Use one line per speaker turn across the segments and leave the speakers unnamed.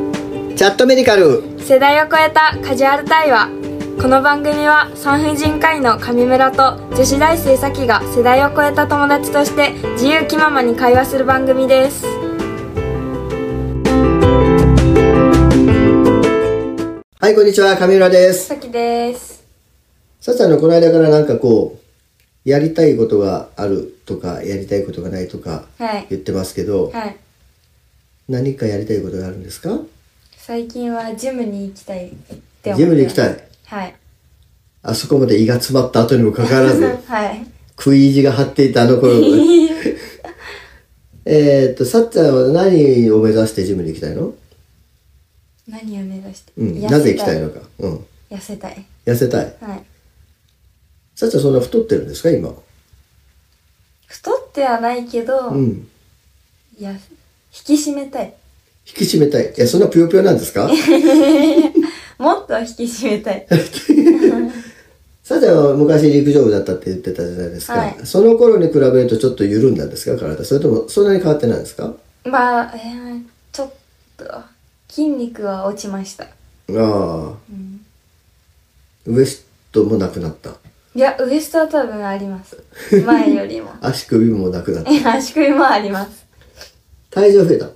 ャットメディカル
世代を超えたカジュアル対話この番組は産婦人科医の上村と女子大生さきが世代を超えた友達として自由気ままに会話する番組です
はいこんにちは上村です
さきです
さっちゃんのこの間からなんかこうやりたいことがあるとかやりたいことがないとか
はい
言ってますけど、
はい
何かやりたいことがあるんですか
最近はジムに行きたいって
ジムに行きた
い
い
はい
あそこまで胃が詰まった後にもかかわら ず
はい
食い意地が張っていたあの頃えーっとさっちゃんは何を目指してジムに行きたいの、
何を目指して、
うん、
痩せ
なぜ行きたいのか、うん、
痩せたい
痩せたい
はい
さっちゃんそんな太ってるんですか今
太ってはないけど、
うん引
いや引き締めたい
き締めたいえそんなぷよぷよなんですか
もっと引き締めたい
さっちゃんは昔陸上部だったって言ってたじゃないですか、
はい
その頃に比べるとちょっと緩んだんですか体それともそんなに変わってないんですか
まあ、えーちょっと筋肉は落ちました
ああ、ウエストもなくなった
いやウエストは多分あ ります前よりも
足首もなくなった
え足首もあります
体重増えた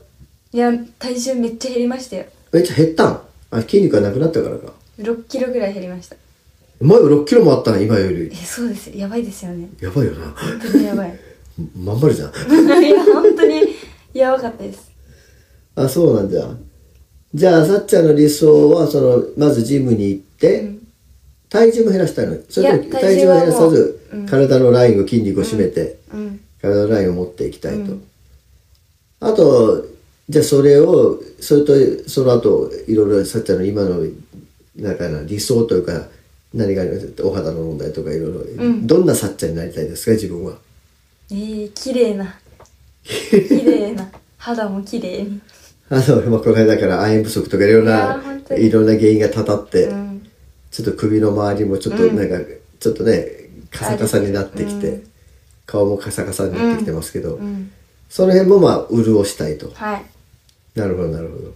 いや体重めっちゃ減りましたよ
めっちゃ減ったんあ筋肉がなくなったからか
6キロぐらい減りました
前は6キロもあったん今より
えそうですやばいですよね
やばいよな
本当にやばい
まんまるじゃん
いや本当にやばかったです
あそうなんだじゃあさっちゃんの理想はそのまずジムに行って、体重も減らしたいのそれとも
いや
体重を減らさず、
体重はもううん
体のラインを筋肉を締めて、
うん
体のラインを持っていきたいと、
うん
あとじゃあそれをそれとその後いろいろさっちゃんの今のなんかな理想というか何がありますお肌の問題とかいろいろ、
ん
どんなさっちゃんになりたいですか自分は
えー、綺麗な綺麗な肌も綺麗に
あの、まあ、この間から亜鉛不足とかいろん
いや
な
ー本当に
いろんな原因がたたって、
うん
ちょっと首の周りもちょっとなんか、ちょっとねカサカサになってきて、
うん
顔もカサカサになってきてますけど、
うん
その辺もまあ潤したいと、
はい
なるほどなるほど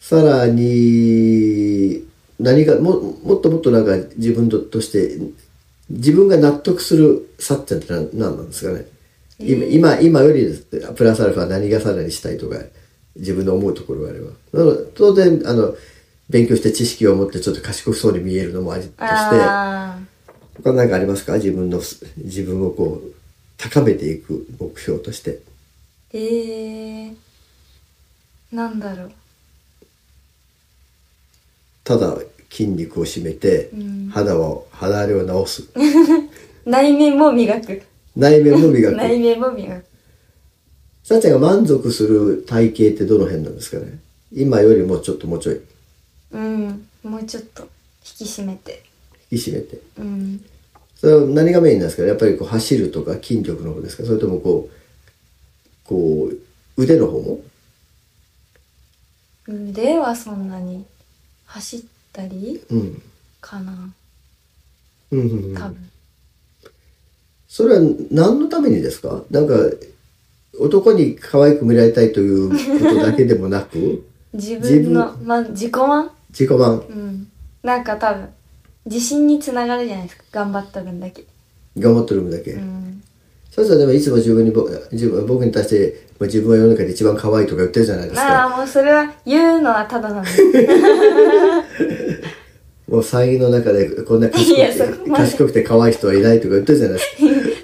さらに何かももっともっとなんか自分ととして自分が納得するさっちゃんって何何なんですかね、今今今よりですプラスアルファ何がさらにしたいとか自分の思うところがあればなの当然あの勉強して知識を持ってちょっと賢そうに見えるのもありとして
ああ
他何かありますか自分の自分をこう高めていく目標として
えー、なんだろう
ただ筋肉を締めて、
うん
肌を肌荒れを治す
内面も磨く
内面も磨
内
く
面も磨く
さっちゃんが満足する体型ってどの辺なんですかね今よりもちょっともうちょい
うんもうちょっと引き締めて
引き締めて
うん
それは何がメインなんですかやっぱりこう走るとか筋力の方ですかそれともこうこう腕の方も
腕はそんなに走ったり
うん
かな
うんうんう
多
ん
分
それは何のためにですかなんか男に可愛く見られたいということだけでもな く
自分の
自
ま自己満
自己満
うんなんか多分自信につながるじゃないですか頑張った分だけ
頑張ってる分だけ、
うん
そうそうでもいつも自分にぼ自分僕に対してまあ自分は世の中で一番可愛いとか言ってるじゃないです
ああ
か
もうそれは言うのはただ なんで
もう3位の中でこんな賢
いやそ
く
こ
て
まで
賢くて可愛い人はいないとか言ってるじゃないです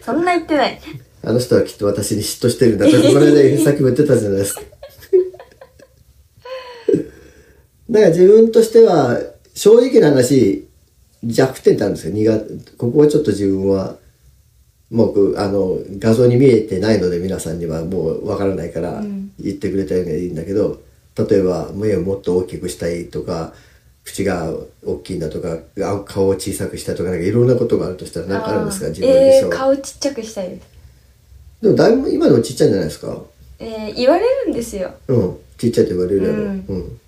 か
そんな言ってない
あの人はきっと私に嫉妬してるんだと かこの間さっきも言ってたじゃないですか だから自分としては正直な話弱点ってあるんですよ苦ここはちょっと自分はもうこうあの画像に見えてないので皆さんにはもうわからないから
ん
言ってくれたらいいんだけど、例えば目をもっと大きくしたいとか口が大きいんだとかあ顔を小さくしたいとかなんかいろんなことがあるとしたら何かあるんですか
あー
自分の理
え
想
ー、顔ちっちゃくしたいです
でもだいぶ今でもちっちゃいんじゃないですか
えー、言われるんですよ
うんちっちゃいと言われるやろ、う
うんん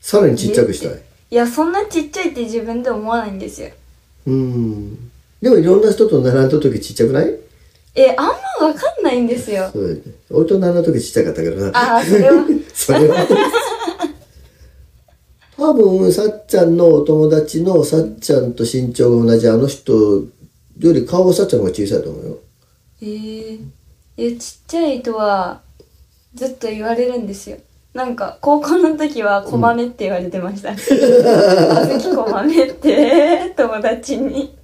さらにちっちゃくしたい
いやそんなちっちゃいって自分で思わないんですよ
うんでもいろんな人と並んだ時ちっちゃくない
えあんまわかんないんですよ
そうだよね俺と並んだ時ちっちゃかったからな
ああそれは
それは多分さっちゃんのお友達のさっちゃんと身長が同じあの人より顔はさっちゃんの方が小さいと思うよ
えー、いやちっちゃいとはずっと言われるんですよなんか高校の時は「こまめ」って言われてました「あずきこまめ」って友達に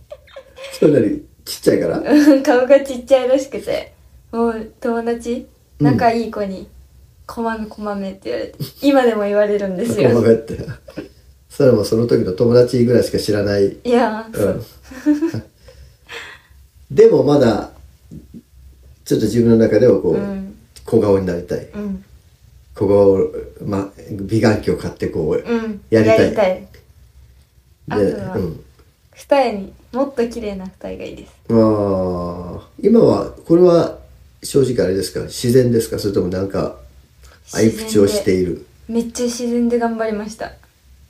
それなりちっちゃいから
うん顔がちっちゃいらしくてもう友達
うん
仲いい子に「こまめこまめ」って言われて今でも言われるんです
ご
よ
めんってそれもその時の友達ぐらいしか知らない、うん、
いやーそう
でもまだちょっと自分の中ではこう、
うん
小顔になりたい
うん
小顔を、ま、美顔器を買ってこう、
うん
やりたい
いあと
で、
は
うん、
二重にもっと綺麗な二重がいいです
ああ今はこれは正直あれですか自然ですかそれともなんか合い口をしている
めっちゃ自然で頑張りました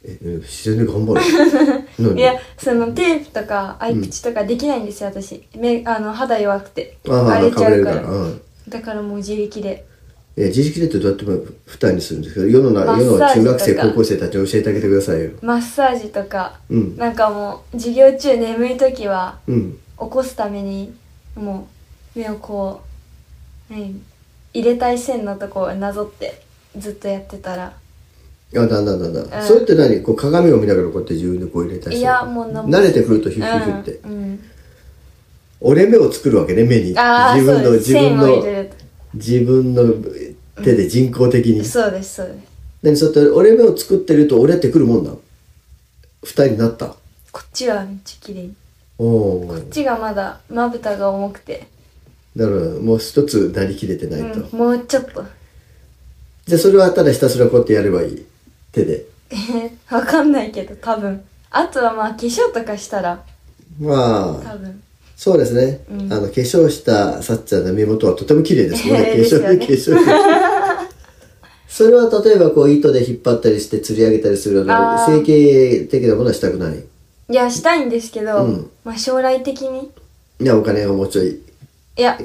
えうん自然で頑張る なん
い
で
やそのテープとか合い口とかできないんですよ、私目あの肌弱くて
ああ
荒れち
かぶ
ゃ
れ
う
る
か
からら、うん、
だからもう自力で
え自力でってどうやっても負担にするんですけど世の
マッ
中
サージ
世の中学生
とか
高校生たちに教えてあげてくださいよ
マッサージとか、
うん
なんかもう授業中眠い時は
うん
起こすためにもう目をこう、うん、入れたい線のとこをなぞってずっとやってたら
あだんだんだんだん、
うん
それって何こう鏡を見ながらこうやって自分でこう入れたり
い
する
やもうなんも
慣れてくるとヒュッヒュッヒュッって、
うんうん、
折れ目を作るわけね目に
ああ
自分の
そうです
自分
線を入れ
の
る
自分の手で人工的に、
そうですそうです
何そうやって折れ目を作ってると折れてくるもんだ二人になった
こっちはめっちゃ綺麗に
おお
こっちがまだまぶたが重くて、
なるほどもう一つなりきれてないと、
うん、もうちょっと
じゃあそれはただひたすらこうやってやればいい手で
えーわかんないけど多分あとはまあ化粧とかしたら
まあ
多分
そうですね、
うん
あの化粧したさっちゃんの目元はとても綺麗ですね化
です
粧
よね
化粧 それは例えばこう糸で引っ張ったりして吊り上げたりするような
あー
整形的なものはしたくない
いやしたいんですけど、
うん
まあ将来的に
いやお金がもうちょい
いや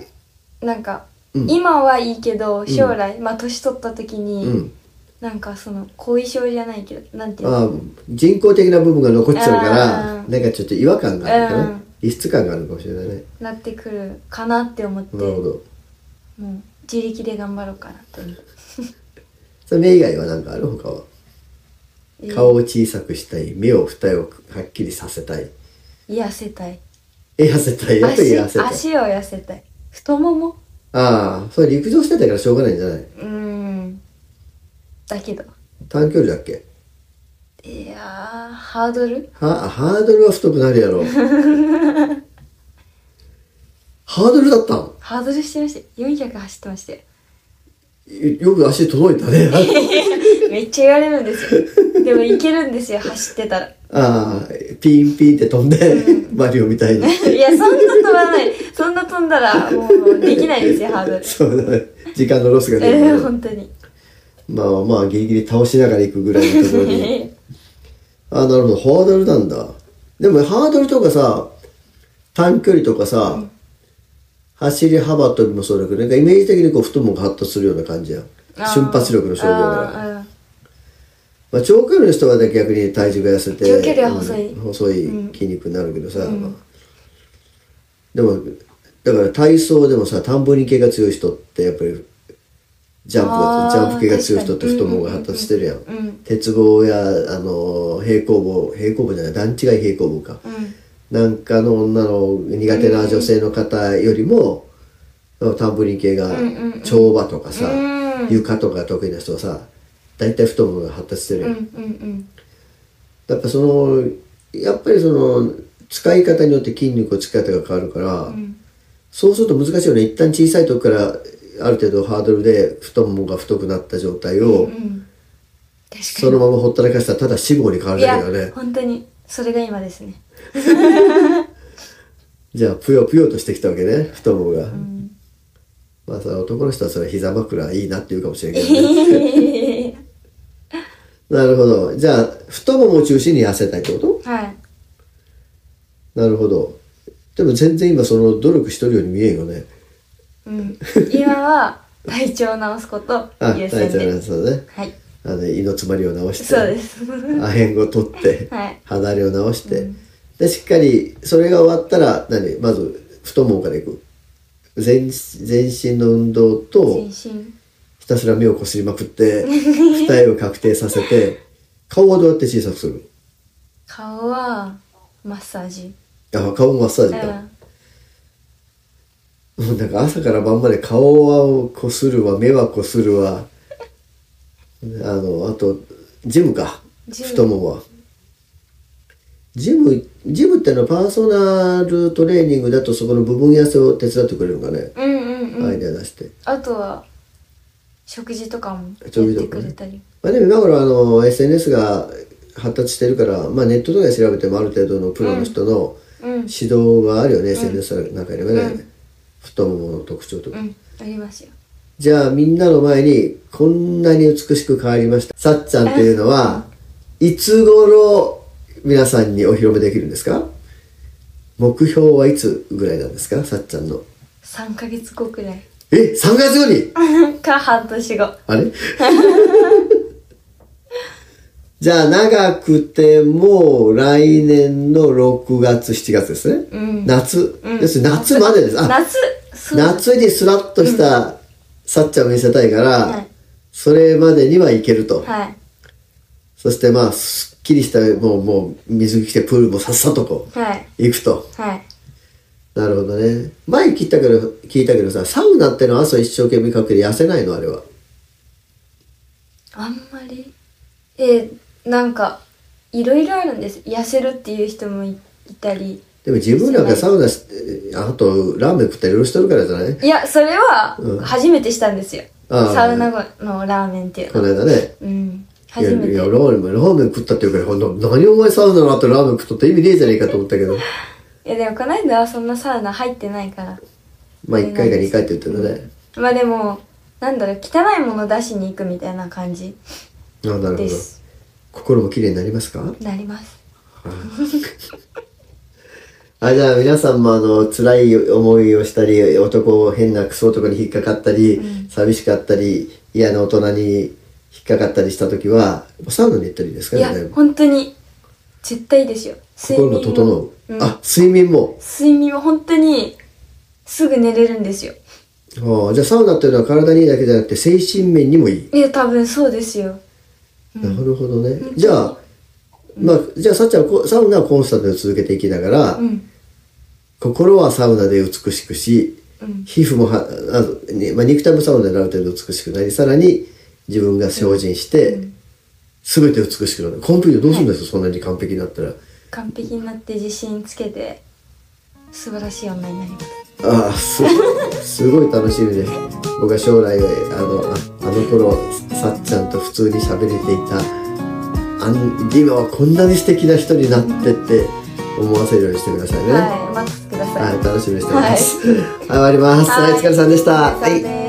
なんか、
うん
今はいいけど将来、まあ年取った時に、
うん
なんかその後遺症じゃないけどなんていうの
あ人工的な部分が残っちゃうから
あー
なんかちょっと違和感があるか
う
なん異質感があるかもしれないね
なってくるかなって思って
なるほ
も
ど
う自力で頑張ろうかなと思う
それ目以外は何かある他は
えー
顔を小さくしたい目を二重をはっきりさせたい
痩せたい
え痩せたいやっぱり
足
痩せたい
足を痩せたい太もも
ああそれ陸上してたからしょうがないんじゃないう
ーんだけど
短距離だっけ
いやーハードル
はハードルは太くなるやろ ハードルだったの
ハードルしてましたよ400走ってましたよ
よよく足届いたね
めっちゃ言われるんですよでもいけるんですよ走ってたら
ああピンピンって飛んで、マリオみたいに
いやそんな飛ばないそんな飛んだらもうできないですよハードル
そうだね。時間のロスが出
えー、
る、
本当に
まあまあギリギリ倒しながら行くぐらいのところにああなるほどハードルなんだでもハードルとかさ短距離とかさ、走り幅跳びもそうだけどなんかイメージ的にこう太ももがハッとするような感じやん瞬発力の勝負だから、
ら
まあ、長距離の人はね逆に体重が痩せて
長距離は細い
うん細い筋肉になるけどさ、まあでもだから体操でもさ田んぼに系が強い人ってやっぱりジャンプ
あ
が
ー
ジャンプ系が強い人って
確か
太
に
ももが発達してるやん,、
うんうんうん
鉄棒やあの平行棒平行棒じゃない段違い平行棒か、
うん
なんかの女の苦手な女性の方よりも、タンブリン系が
んうんうん
跳馬とかさ、
うん
床とか得意な人はさ大体太ももが発達してる
う
や
ん
ん、
うん
やっぱそのやっぱりその使い方によって筋肉の使い方が変わるから、
ん
そうすると難しいよね一旦小さい時からある程度ハードルで太ももが太くなった状態を、
うんうん確か
そのままほったらかしたらただ脂肪に変わ
に
る
い
だけ
や
だよね
本当にそれが今ですね
じゃあぷよぷよとしてきたわけね太ももが。まあその男の人はそれ膝枕いいなって言うかもしれんけどね なるほどじゃあ太ももを中心に痩せたいってこ
はい
となるほどでも全然今その努力しとるように見えんよね
うん、今は体調を直すことを
あ
優
大
先
丈夫なん
で
ですよね
はい
あの胃の詰まりを直して
そうです。
アヘンを取って、
はい
離れを直して、でしっかりそれが終わったら何まず太ももからいく全全身の運動と
全身。
ひたすら目をこすりまくって 二重を確定させて顔はどうやって小さくする
顔は、マッサージ。
あ顔マッサー
う
ジ
ん。
か、もうなんか朝から晩まで顔はこするわ目はこするわあのあとジムか
ジム
太ももはジムジムってのはパーソナルトレーニングだとそこの部分痩せを手伝ってくれるのかね、
うんうん
ア
う
イ
ん。
デア出して
あとは、食事とかもやっ
食事と
て
か
く
ね
れたり。
まあでも今頃あの SNS が発達してるから、まあ、ネットとかで調べてもある程度のプロの人の
うん。
指導があるよね、SNS なんかにはね、
うん
太ももの特徴とか、
うん。ありますよ。
じゃあみんなの前にこんなに美しく変わりましたさっちゃんっていうのはいつ頃皆さんにお披露目できるんですか目標はいつぐらいなんですかさっちゃんの
3ヶ月後く らい。
え3月後に
か、半年後。
あ れじゃあ長くても来年の6月7月ですね、
うん
夏、
うん
要するに夏までですあ
夏そう
夏にスラッとしたさっちゃんを見せたいから、
はい
それまでにはいけると、
はい。
そしてまあすっきりしたもうもう水着着てプールもさっさとこ
はい。
う行くと
はい。
なるほどね前聞いたけど聞いたけどさサウナってのは朝一生懸命かけて痩せないのあれは
あんまりえーなんかいろいろあるんです痩せるっていう人もいいたり
でも自分なんかサウナしてあとラーメン食ったりいろいろしてるからじゃない
いやそれは
うん
初めてしたんですよ、
ああ
サウナ後のラーメンっていう
こ
の
の間ね
うん
いや
初
い
めて
やラーメンラーメン食ったっていうからほんと何お前サウナの後ラーメン食ったって意味ねえじゃねえかと思ったけど
いやでもこの間はそんなサウナ入ってないから
まあ1回か2回って言ってるね
まあでもなんだろう汚いもの出しに行くみたいな感じ
あなるほど
です
心も綺麗になりますか
なります
あじゃあ皆さんもあの辛い思いをしたり男を変なクソ男に引っかかったり、寂しかったり嫌な大人に引っかかったりした時はサウナに行ったりですか
い
ね
や本当に絶対ですよ
心も整う、
うん、
あ睡眠も
睡眠は本当にすぐ寝れるんですよ
ああじゃあサウナっていうのは体にいいだけじゃなくて精神面にもいい、
いや多分そうですよ
なるほどね、じゃあまあじゃあさっちゃんはこサウナをコンスタントに続けていきながら、
うん
心はサウナで美しくし、
うん
皮膚もはあ、ねまあ、肉体もサウナである程度美しくなりさらに自分が精進して、全て美しくなるコンピューターどうするんですか、そんなに完璧になったら
完璧になって自信つけて素晴らしい女になります
ああすすごい楽しみです僕は将来あのああの頃さっちゃんと普通に喋れていたあん今はこんなに素敵な人になってって思わせるようにしてくださいね、
はい待ってくださ い、
はい、楽しみにしております。はい、終わります。
はい
はい、お疲れさんでした。
お疲れ様です